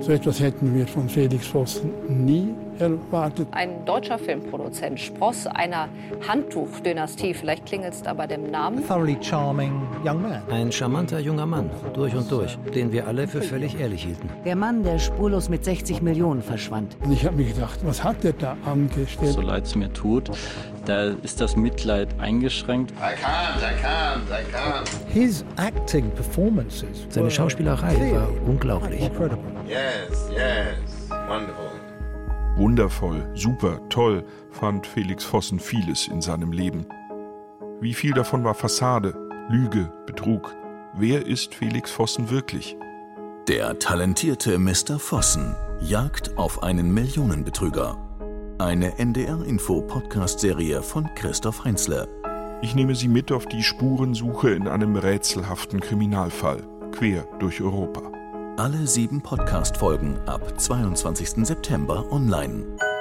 So etwas hätten wir von Felix Voss nie erwartet. Ein deutscher Filmproduzent, Spross einer Handtuchdynastie, vielleicht klingelt es da bei dem Namen. Thoroughly charming young man. Ein charmanter junger Mann, durch und durch, den wir alle für völlig ehrlich hielten. Der Mann, der spurlos mit 60 Millionen verschwand. Und ich habe mir gedacht, was hat der da angestellt? So leid es mir tut, da ist das Mitleid eingeschränkt. I can't, I can't, I can't. His acting performances Seine Schauspielerei war unglaublich. incredible. Yes, yes. Wonderful. Wundervoll, super, toll fand Felix Vossen vieles in seinem Leben. Wie viel davon war Fassade, Lüge, Betrug? Wer ist Felix Vossen wirklich? Der talentierte Mr. Vossen jagt auf einen Millionenbetrüger. Eine NDR-Info-Podcast-Serie von Christoph Heinzle. Ich nehme Sie mit auf die Spurensuche in einem rätselhaften Kriminalfall, quer durch Europa. Alle sieben Podcast-Folgen ab 22. September online.